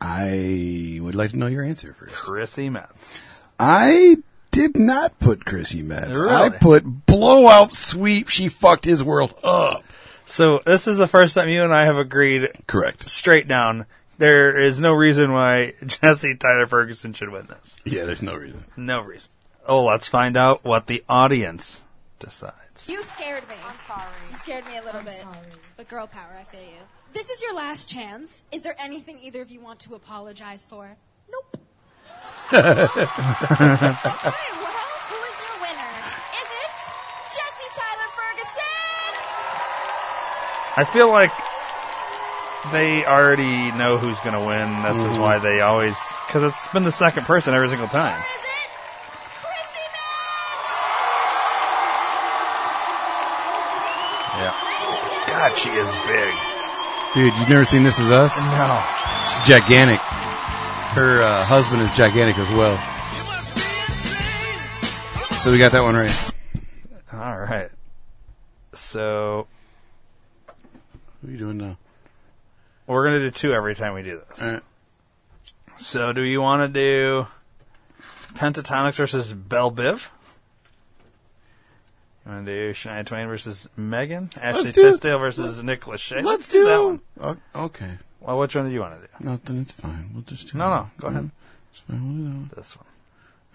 Speaker 2: I would like to know your answer first.
Speaker 5: Chrissy Metz.
Speaker 2: I did not put Chrissy Metz.
Speaker 5: Really?
Speaker 2: I put blowout sweep. She fucked his world up.
Speaker 5: So this is the first time you and I have agreed.
Speaker 2: Correct.
Speaker 5: Straight down. There is no reason why Jesse Tyler Ferguson should win this.
Speaker 2: Yeah, there's no reason.
Speaker 5: No reason. Oh, let's find out what the audience decides.
Speaker 14: You scared me. I'm sorry. You scared me a little bit. But girl power, I feel you. This is your last chance. Is there anything either of you want to apologize for? Nope.
Speaker 15: Okay, well, who is your winner? Is it Jesse Tyler Ferguson?
Speaker 5: I feel like they already know who's going to win. This is
Speaker 2: Mhm.
Speaker 5: why they always because it's been the second person every single time.
Speaker 2: Yeah.
Speaker 5: God, she is big.
Speaker 2: Dude, you've never seen This Is Us?
Speaker 5: No.
Speaker 2: She's gigantic. Her uh, husband is gigantic as well. So we got that one right.
Speaker 5: All right. So
Speaker 2: What are you doing now?
Speaker 5: we're going to do two every time we do this.
Speaker 2: All right.
Speaker 5: So do you want to do Pentatonics versus Belle Biv? You want to do Shania Twain versus Megan? Ashley
Speaker 2: do-
Speaker 5: Tisdale versus Nick Lachey?
Speaker 2: Let's
Speaker 5: do
Speaker 2: do-
Speaker 5: that one.
Speaker 2: O- okay.
Speaker 5: Well, which one do you want to do?
Speaker 2: Nothing. It's fine. We'll just do
Speaker 5: No,
Speaker 2: that.
Speaker 5: no, go ahead.
Speaker 2: It's fine. We'll do that one.
Speaker 5: This one.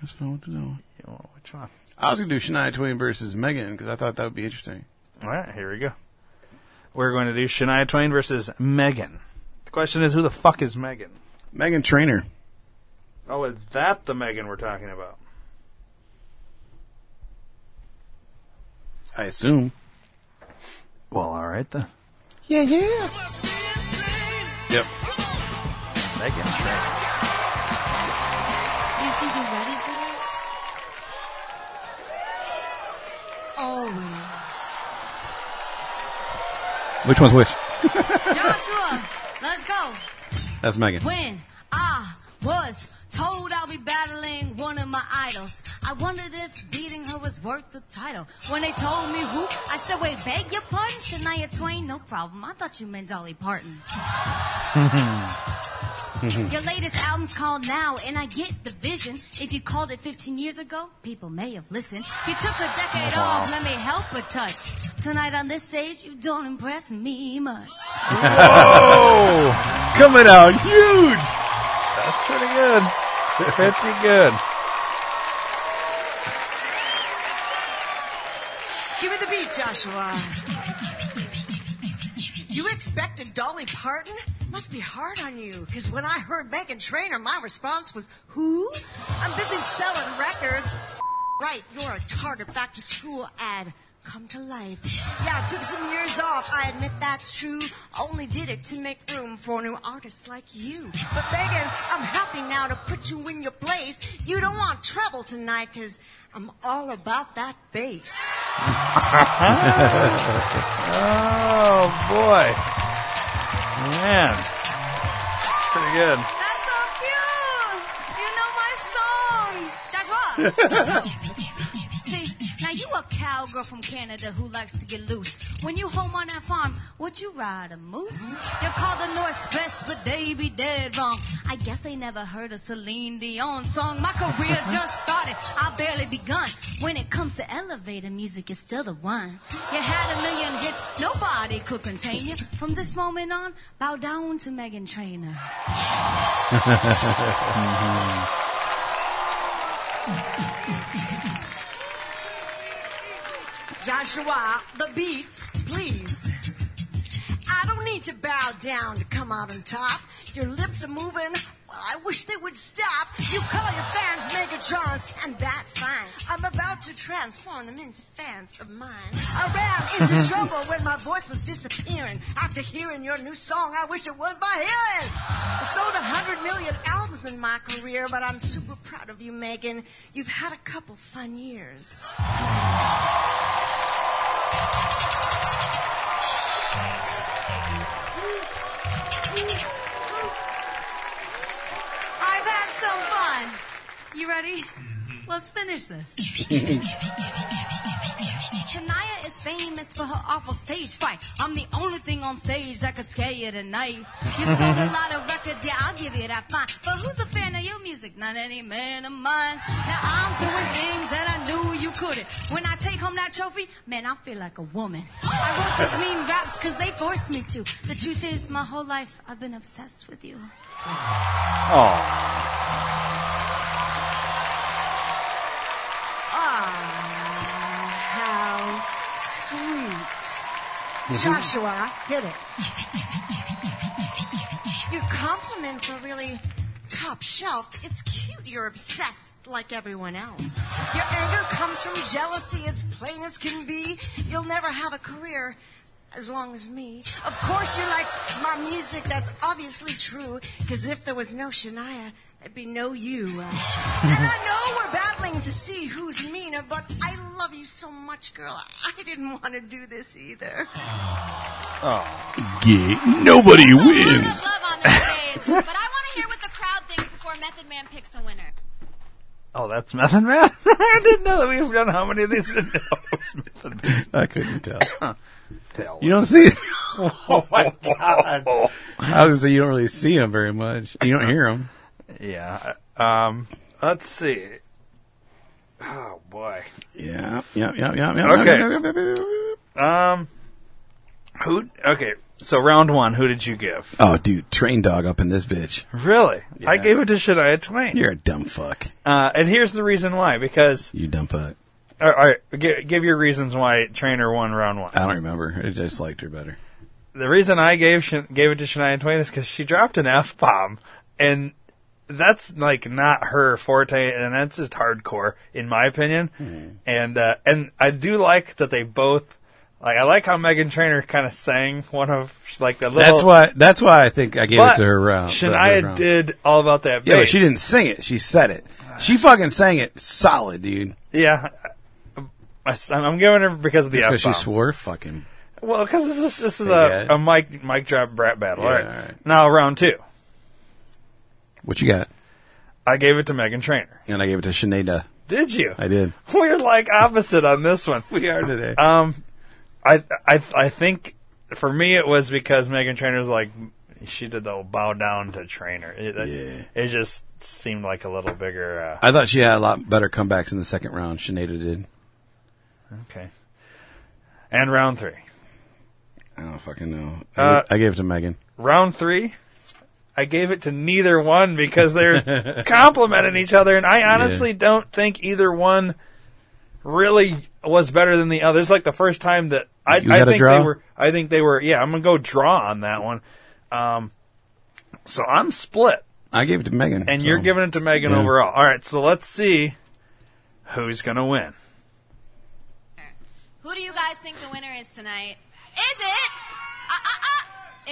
Speaker 2: It's fine. We'll do that one.
Speaker 5: You want which one?
Speaker 2: I was going to do Shania Twain versus Megan because I thought that would be interesting.
Speaker 5: All right, here we go. We're going to do Shania Twain versus Megan. The question is, who the fuck is Megan?
Speaker 2: Megan Trainer.
Speaker 5: Oh, is that the Megan we're talking about?
Speaker 2: I assume.
Speaker 5: Well, all right then.
Speaker 2: Yeah, yeah. Yep.
Speaker 5: Megan Trainor.
Speaker 4: You think you're ready for this? Always.
Speaker 2: Which one's which?
Speaker 4: Joshua, let's go.
Speaker 2: That's Megan.
Speaker 4: When I was told I'll be battling one of my idols, I wondered if beating her was worth the title. When they told me who, I said, wait, beg your pardon, Shania Twain? No problem. I thought you meant Dolly Parton. Your latest album's called Now, and I get the vision. If you called it 15 years ago, people may have listened. You took a decade
Speaker 16: Wow.
Speaker 4: off, let me help but touch. Tonight on this stage, you don't impress me much.
Speaker 5: Whoa!
Speaker 2: Coming out huge!
Speaker 5: That's pretty good. Pretty good.
Speaker 17: Give me the beat, Joshua. You expected Dolly Parton? Must be hard on you, because when I heard Megan Trainor, my response was, Who? I'm busy selling records. Right, you're a target back to school ad. Come to life. Yeah, I took some years off. I admit that's true. Only did it to make room for new artists like you. But Megan, I'm happy now to put you in your place. You don't want trouble tonight, because I'm all about that bass.
Speaker 5: oh boy, man, it's pretty good.
Speaker 4: That's so cute. You know my songs, Joshua. let's go. See, now you a cowgirl from Canada who likes to get loose. When you home on that farm, would you ride a moose? You're called the North's best, but they be dead wrong. I guess they never heard a Celine Dion song. My career just started, I barely begun. When it comes to elevator music, you're still the one. You had a million hits, nobody could contain you. From this moment on, bow down to Megan Trainor.
Speaker 17: Joshua, the beat, please. I don't need to bow down to come out on top. Your lips are moving. Well, I wish they would stop. You call your fans Megatrons, and that's fine. I'm about to transform them into fans of mine. I ran into trouble when my voice was disappearing. After hearing your new song, I wish it was my hearing. I sold a hundred million albums in my career, but I'm super proud of you, Megan. You've had a couple fun years.
Speaker 6: You ready? Let's finish this. Shania is famous for her awful stage fright. I'm the only thing on stage that could scare you tonight. You sold a lot of records, yeah, I'll give you that fine. But who's a fan of your music? Not any man of mine. Now I'm doing things that I knew you couldn't. When I take home that trophy, man, I feel like a woman. I wrote these mean raps because they forced me to. The truth is, my whole life I've been obsessed with you.
Speaker 5: Oh,
Speaker 4: Ah, how sweet. Joshua, hit it. Your compliments are really top shelf. It's cute you're obsessed like everyone else. Your anger comes from jealousy, it's plain as can be. You'll never have a career. As long as me. Of course you like my music, that's obviously true, because if there was no Shania, there'd be no you. And I know we're battling to see who's meaner, but I love you so much, girl. I didn't want to do this either.
Speaker 2: Oh. Yeah, nobody wins.
Speaker 18: Love on this stage, but I want to hear what the crowd thinks before Method Man picks a winner.
Speaker 5: oh, that's Method Man. I didn't know that we've done how many of these. No, it's Method Man.
Speaker 2: I couldn't tell.
Speaker 5: tell.
Speaker 2: You don't see.
Speaker 5: oh my god.
Speaker 2: I was gonna say you don't really see them very much. You don't hear them.
Speaker 5: Yeah. Um. Let's see. Oh boy.
Speaker 2: Yeah. Yeah. Yeah. Yeah. Yeah.
Speaker 5: Okay. Um. Who? Okay. So round one. Who did you give?
Speaker 2: Oh, dude, train dog up in this bitch.
Speaker 5: Really? I gave it to Shania Twain.
Speaker 2: You're a dumb fuck.
Speaker 5: Uh, and here's the reason why. Because
Speaker 2: You dumb fuck.
Speaker 5: all right, all right, gi- give your reasons why Trainer won round one.
Speaker 2: I don't remember. I just liked her better.
Speaker 5: The reason I gave Shan- gave it to Shania Twain is because she dropped an f bomb, and that's like not her forte, and that's just hardcore in my opinion.
Speaker 2: Hmm.
Speaker 5: And uh, and I do like that they both. Like I like how Megan Trainer kind of sang one of like the little.
Speaker 2: that's why. That's why I think I gave
Speaker 5: But
Speaker 2: it to her round.
Speaker 5: Shania
Speaker 2: round.
Speaker 5: did all about that.
Speaker 2: Yeah, but
Speaker 5: bass.
Speaker 2: she didn't sing it. She said it. She fucking sang it solid, dude.
Speaker 5: Yeah, I, am giving her because of the
Speaker 2: Just
Speaker 5: f
Speaker 2: because she
Speaker 5: bomb.
Speaker 2: swore. Fucking.
Speaker 5: Well, because this is this is
Speaker 2: Yeah.
Speaker 5: a, a mic mic drop brat battle.
Speaker 2: Yeah,
Speaker 5: all, right.
Speaker 2: all right.
Speaker 5: now round two,
Speaker 2: What you got?
Speaker 5: I gave it to Megan Trainer.
Speaker 2: And I gave it to Sinead.
Speaker 5: Did you?
Speaker 2: I did. Uh,
Speaker 5: We're like opposite on this one.
Speaker 2: We are today.
Speaker 5: Um, I I I think for me it was because Megan Trainor's like she did the old bow down to Trainer. It, it, it just seemed like a little bigger. Uh,
Speaker 2: I thought she had a lot better comebacks in the second round. Sinead did.
Speaker 5: okay, and round three.
Speaker 2: I don't fucking know. I,
Speaker 5: Uh,
Speaker 2: gave, I gave it to Megan.
Speaker 5: round three, I gave it to neither one because they're complimenting each other, and I honestly don't think either one really was better than the other. It's like the first time that I,
Speaker 2: You
Speaker 5: I
Speaker 2: had a
Speaker 5: think
Speaker 2: draw?
Speaker 5: they were. I think they were. Yeah, I'm gonna go draw on that one. Um, so I'm split,
Speaker 2: I gave it to Megan.
Speaker 5: and
Speaker 2: so-
Speaker 5: you're giving it to Megan
Speaker 2: Oh. Yeah.
Speaker 5: overall. All right, so let's see who's gonna win.
Speaker 14: Who do you guys think the winner is tonight? Is it? Uh, uh, uh,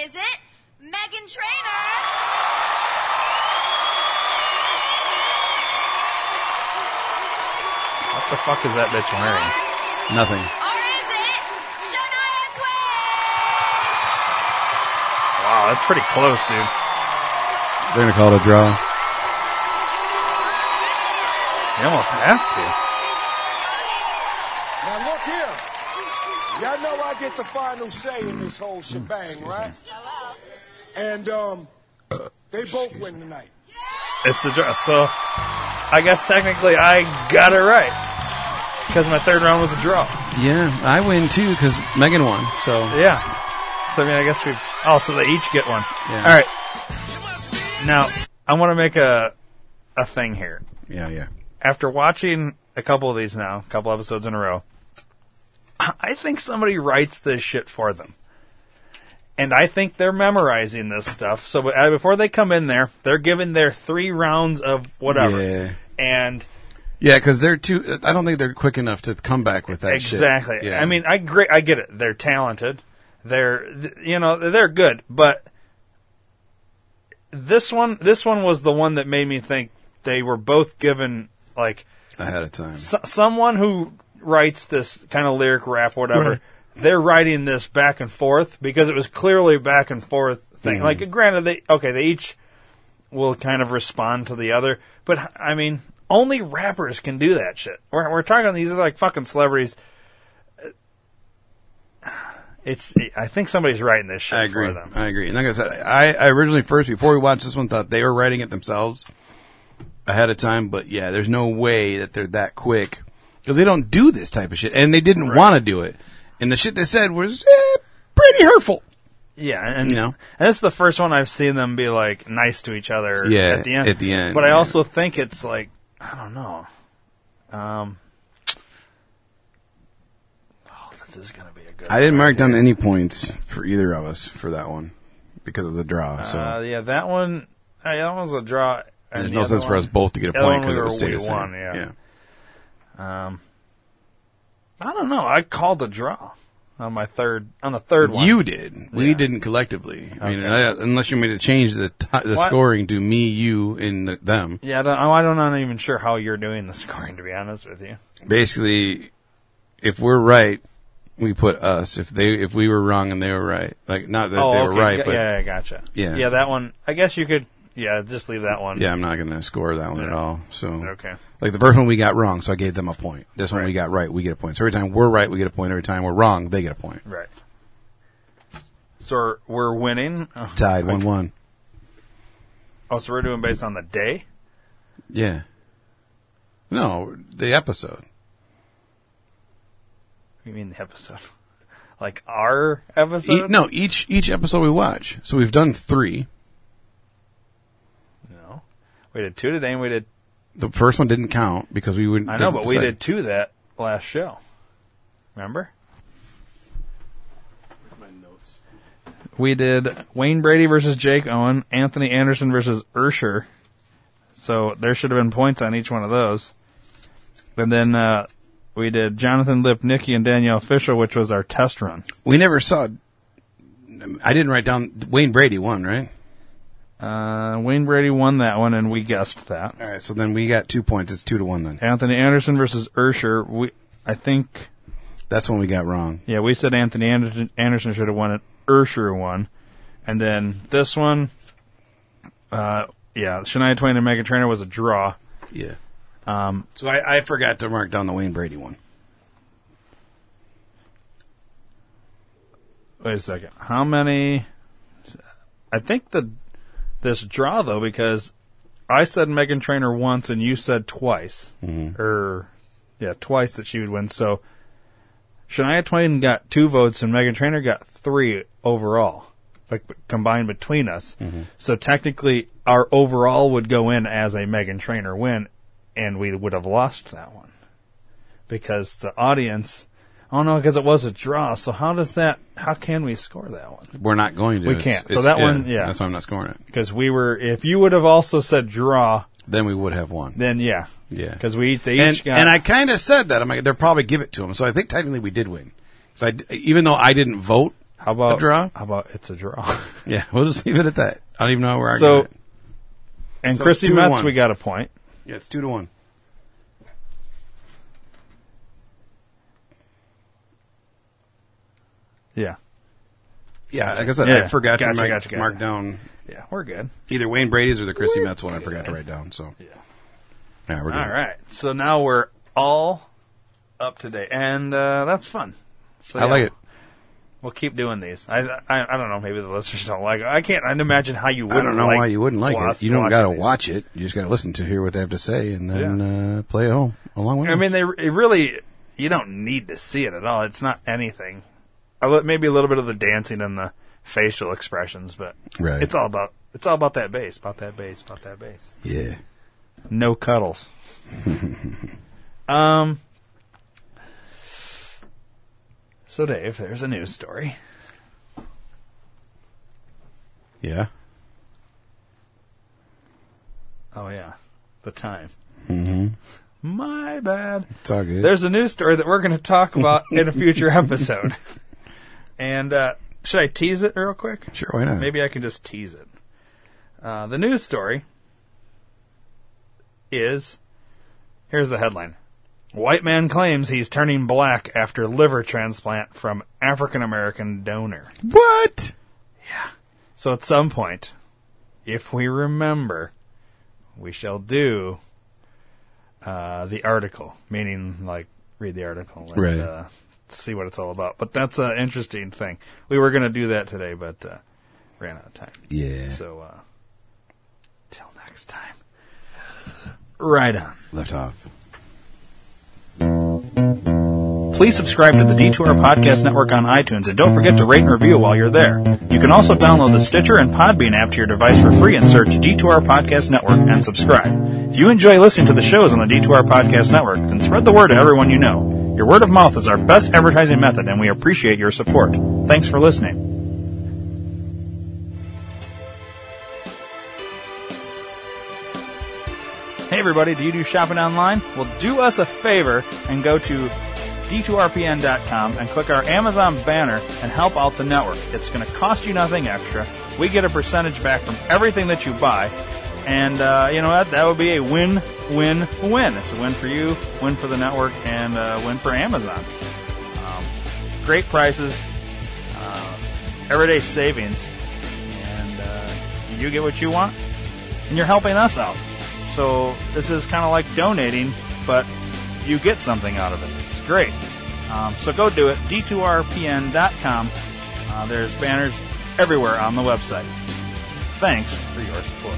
Speaker 14: is it Megan Trainer?
Speaker 5: What the fuck is that bitch wearing?
Speaker 2: nothing.
Speaker 14: Or is it Shania Twain?
Speaker 5: Wow, that's pretty close, dude.
Speaker 2: They're gonna call it a draw.
Speaker 5: You almost have to.
Speaker 3: Now look here. Y'all know I get the final say in this whole shebang, right? And um, they both win tonight.
Speaker 5: It's a draw. So I guess technically I got it right because my third round was a draw.
Speaker 2: Yeah, I win too because Megan won. So
Speaker 5: Yeah. So I mean, I guess we. Oh, so they each get one.
Speaker 2: Yeah.
Speaker 5: All right. Now I want to make a a thing here.
Speaker 2: yeah, yeah.
Speaker 5: After watching a couple of these now, a couple episodes in a row, I I think somebody writes this shit for them. And I think they're memorizing this stuff. So uh, before they come in there, they're given their three rounds of whatever.
Speaker 2: Yeah.
Speaker 5: And
Speaker 2: Yeah, because they're too. I don't think they're quick enough to come back with that shit.
Speaker 5: exactly.
Speaker 2: Yeah.
Speaker 5: I mean, I great. I get it. They're talented. They're th- you know they're good, but this one this one was the one that made me think they were both given like
Speaker 2: ahead of time.
Speaker 5: so- someone who writes this kind of lyric rap whatever. They're writing this back and forth because it was clearly a back and forth thing.
Speaker 2: Mhm.
Speaker 5: Like granted, they okay, they each will kind of respond to the other, but I mean. Only rappers can do that shit. We're we're talking these are like fucking celebrities. It's I think somebody's writing this shit
Speaker 2: I agree.
Speaker 5: for them.
Speaker 2: I agree. And like I said, I, I originally first before we watched this one thought they were writing it themselves ahead of time, but yeah, there's no way that they're that quick because they don't do this type of shit, and they didn't want to do it. And the shit they said was eh, pretty hurtful.
Speaker 5: Yeah, and
Speaker 2: You know?
Speaker 5: and this is the first one I've seen them be like nice to each other.
Speaker 2: Yeah,
Speaker 5: at the end.
Speaker 2: at the end,
Speaker 5: But I
Speaker 2: yeah.
Speaker 5: also think it's like I don't know. Um, oh, this is gonna be a good.
Speaker 2: I didn't mark down any points for either of us for that one because of the draw. So
Speaker 5: Uh, yeah, that one. Uh, that one was a draw. and
Speaker 2: There's
Speaker 5: the
Speaker 2: no
Speaker 5: other
Speaker 2: sense for
Speaker 5: one-
Speaker 2: us both to get a
Speaker 5: the other
Speaker 2: point
Speaker 5: one
Speaker 2: 'cause it
Speaker 5: we
Speaker 2: would
Speaker 5: were-
Speaker 2: stay the
Speaker 5: we
Speaker 2: same.
Speaker 5: won, yeah. Um, I don't know. I called a draw on my third on the third one.
Speaker 2: you did. We didn't collectively. I mean, I, unless you made a change the t- the
Speaker 5: What?
Speaker 2: scoring to me, you, and the, them.
Speaker 5: Yeah, I don't, oh, I don't. I'm not even sure how you're doing the scoring. To be honest with you.
Speaker 2: basically, if we're right, we put us. If they, if we were wrong and they were right, like not that they were
Speaker 5: Oh, okay.
Speaker 2: right,
Speaker 5: Ga-
Speaker 2: but
Speaker 5: yeah, yeah, gotcha.
Speaker 2: Yeah.
Speaker 5: yeah, that one. I guess you could. Yeah, just leave that one.
Speaker 2: Yeah, I'm not gonna score that one at all. So
Speaker 5: Okay.
Speaker 2: like the first one we got wrong, so I gave them a point. This one we got right, we get a point. So every time we're right, we get a point. Every time we're wrong, they get a point.
Speaker 5: Right. So we're, we're winning.
Speaker 2: It's tied one one.
Speaker 5: Oh, so we're doing based on the day.
Speaker 2: Yeah. No, the episode.
Speaker 5: You mean the episode? Like our episode?
Speaker 2: E- no, each each episode we watch. So we've done three.
Speaker 5: No. We did two today, and we did.
Speaker 2: The first one didn't count because we wouldn't.
Speaker 5: I know, but we
Speaker 2: decide.
Speaker 5: did two that last show. Remember? We did Wayne Brady versus Jake Owen, Anthony Anderson versus Ursher. So there should have been points on each one of those. And then uh, we did Jonathan Lipnicki and Danielle Fisher, which was our test run.
Speaker 2: We never saw. I didn't write down Wayne Brady won, right?
Speaker 5: Uh, Wayne Brady won that one, and we guessed that.
Speaker 2: All right, so then we got two points. It's two to one then.
Speaker 5: Anthony Anderson versus Ursher. We, I think,
Speaker 2: That's when we got wrong.
Speaker 5: yeah, we said Anthony Anderson, Anderson should have won it. Ursher won, and then this one, uh, yeah, Shania Twain and Megan Trainor was a draw.
Speaker 2: Yeah.
Speaker 5: Um,
Speaker 2: So I, I forgot to mark down the Wayne Brady one.
Speaker 5: wait a second. How many? I think the this draw though because I said Megan Trainor once and you said twice, or yeah, twice that she would win. So Shania Twain got two votes and Megan Trainor got three overall, like b- combined between us. So technically, our overall would go in as a Megan Trainor win, and we would have lost that one because the audience. Oh no, because it was a draw. So how does that? How can we score that one?
Speaker 2: We're not going to.
Speaker 5: We
Speaker 2: It's-
Speaker 5: can't. So
Speaker 2: it's-
Speaker 5: that one, yeah.
Speaker 2: That's why I'm not scoring it.
Speaker 5: Because we were. If you would have also said draw,
Speaker 2: Then we would have won.
Speaker 5: then yeah,
Speaker 2: Yeah.
Speaker 5: Because we they
Speaker 2: and,
Speaker 5: each got.
Speaker 2: and I kind of said that. I'm like, they'll probably give it to him. So I think technically we did win. So I d even though I didn't vote,
Speaker 5: how about
Speaker 2: the draw?
Speaker 5: How about it's a draw?
Speaker 2: yeah, we'll just leave it at that. I don't even know where I
Speaker 5: so,
Speaker 2: got it.
Speaker 5: and
Speaker 2: So it's
Speaker 5: Christy
Speaker 2: two to
Speaker 5: Metz,
Speaker 2: one.
Speaker 5: we got a point.
Speaker 2: Yeah, it's two to one.
Speaker 5: Yeah.
Speaker 2: Yeah, like I said,
Speaker 5: Yeah.
Speaker 2: I forgot
Speaker 5: Gotcha,
Speaker 2: to mark,
Speaker 5: gotcha, gotcha.
Speaker 2: mark down
Speaker 5: Yeah, we're good.
Speaker 2: either Wayne Brady's or the Chrissy Metz one. I forgot to write down. So yeah, we're good.
Speaker 5: All right. So now we're all up to date, and uh, that's fun. So
Speaker 2: I
Speaker 5: yeah,
Speaker 2: like it.
Speaker 5: We'll keep doing these. I, I I don't know. Maybe the listeners don't like. it. I can't. I imagine how you would.
Speaker 2: I don't know
Speaker 5: like
Speaker 2: why you wouldn't like
Speaker 5: watch-
Speaker 2: it. You don't
Speaker 5: watch
Speaker 2: got to
Speaker 5: these.
Speaker 2: watch it. You just got to listen to hear what they have to say and then uh, play at home along with
Speaker 5: I
Speaker 2: them.
Speaker 5: mean, they it really you don't need to see it at all. It's not anything. A li- Maybe a little bit of the dancing and the facial expressions, but
Speaker 2: Right.
Speaker 5: it's all about it's all about that bass, about that bass, about that bass.
Speaker 2: Yeah.
Speaker 5: No cuddles. um. So Dave, there's a news story.
Speaker 2: Yeah.
Speaker 5: Oh yeah, the time.
Speaker 2: Mm-hmm.
Speaker 5: My bad.
Speaker 2: It's all good.
Speaker 5: There's a news story that we're going to talk about in a future episode. And uh, should I tease it real quick?
Speaker 2: Sure, why not?
Speaker 5: Maybe I can just tease it. Uh, the news story is here's the headline White man claims he's turning black after liver transplant from African American donor.
Speaker 2: What?
Speaker 5: So at some point, if we remember, we shall do uh, the article, meaning like read the article, and,
Speaker 11: Right.
Speaker 5: Uh, see what it's all about. But that's an interesting thing. We were going to do that today, but uh, ran out of time.
Speaker 11: Yeah.
Speaker 5: So uh, till next time. Right on.
Speaker 11: Left off.
Speaker 5: Please subscribe to the Detour Podcast Network on iTunes and don't forget to rate and review while you're there. You can also download the Stitcher and Podbean app to your device for free and search Detour Podcast Network and subscribe. If you enjoy listening to the shows on the Detour Podcast Network, then spread the word to everyone you know. Your word of mouth is our best advertising method and we appreciate your support. Thanks for listening. Hey everybody, do you do shopping online? Well, do us a favor and go to d2rpn.com and click our Amazon banner and help out the network. It's going to cost you nothing extra. We get a percentage back from everything that you buy. And uh, you know what? That would be a win, win, win. It's a win for you, win for the network, and uh, win for Amazon. Um, great prices, uh, everyday savings, and uh, you get what you want, and you're helping us out. So this is kind of like donating, but you get something out of it. It's great. Um, so go do it. D2RPN.com. Uh, there's banners everywhere on the website. Thanks for your support.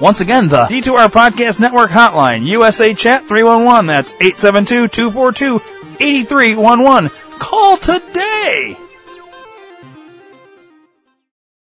Speaker 5: Once again, the D2R Podcast Network hotline, USA Chat 311. That's 872 242 8311. Call today!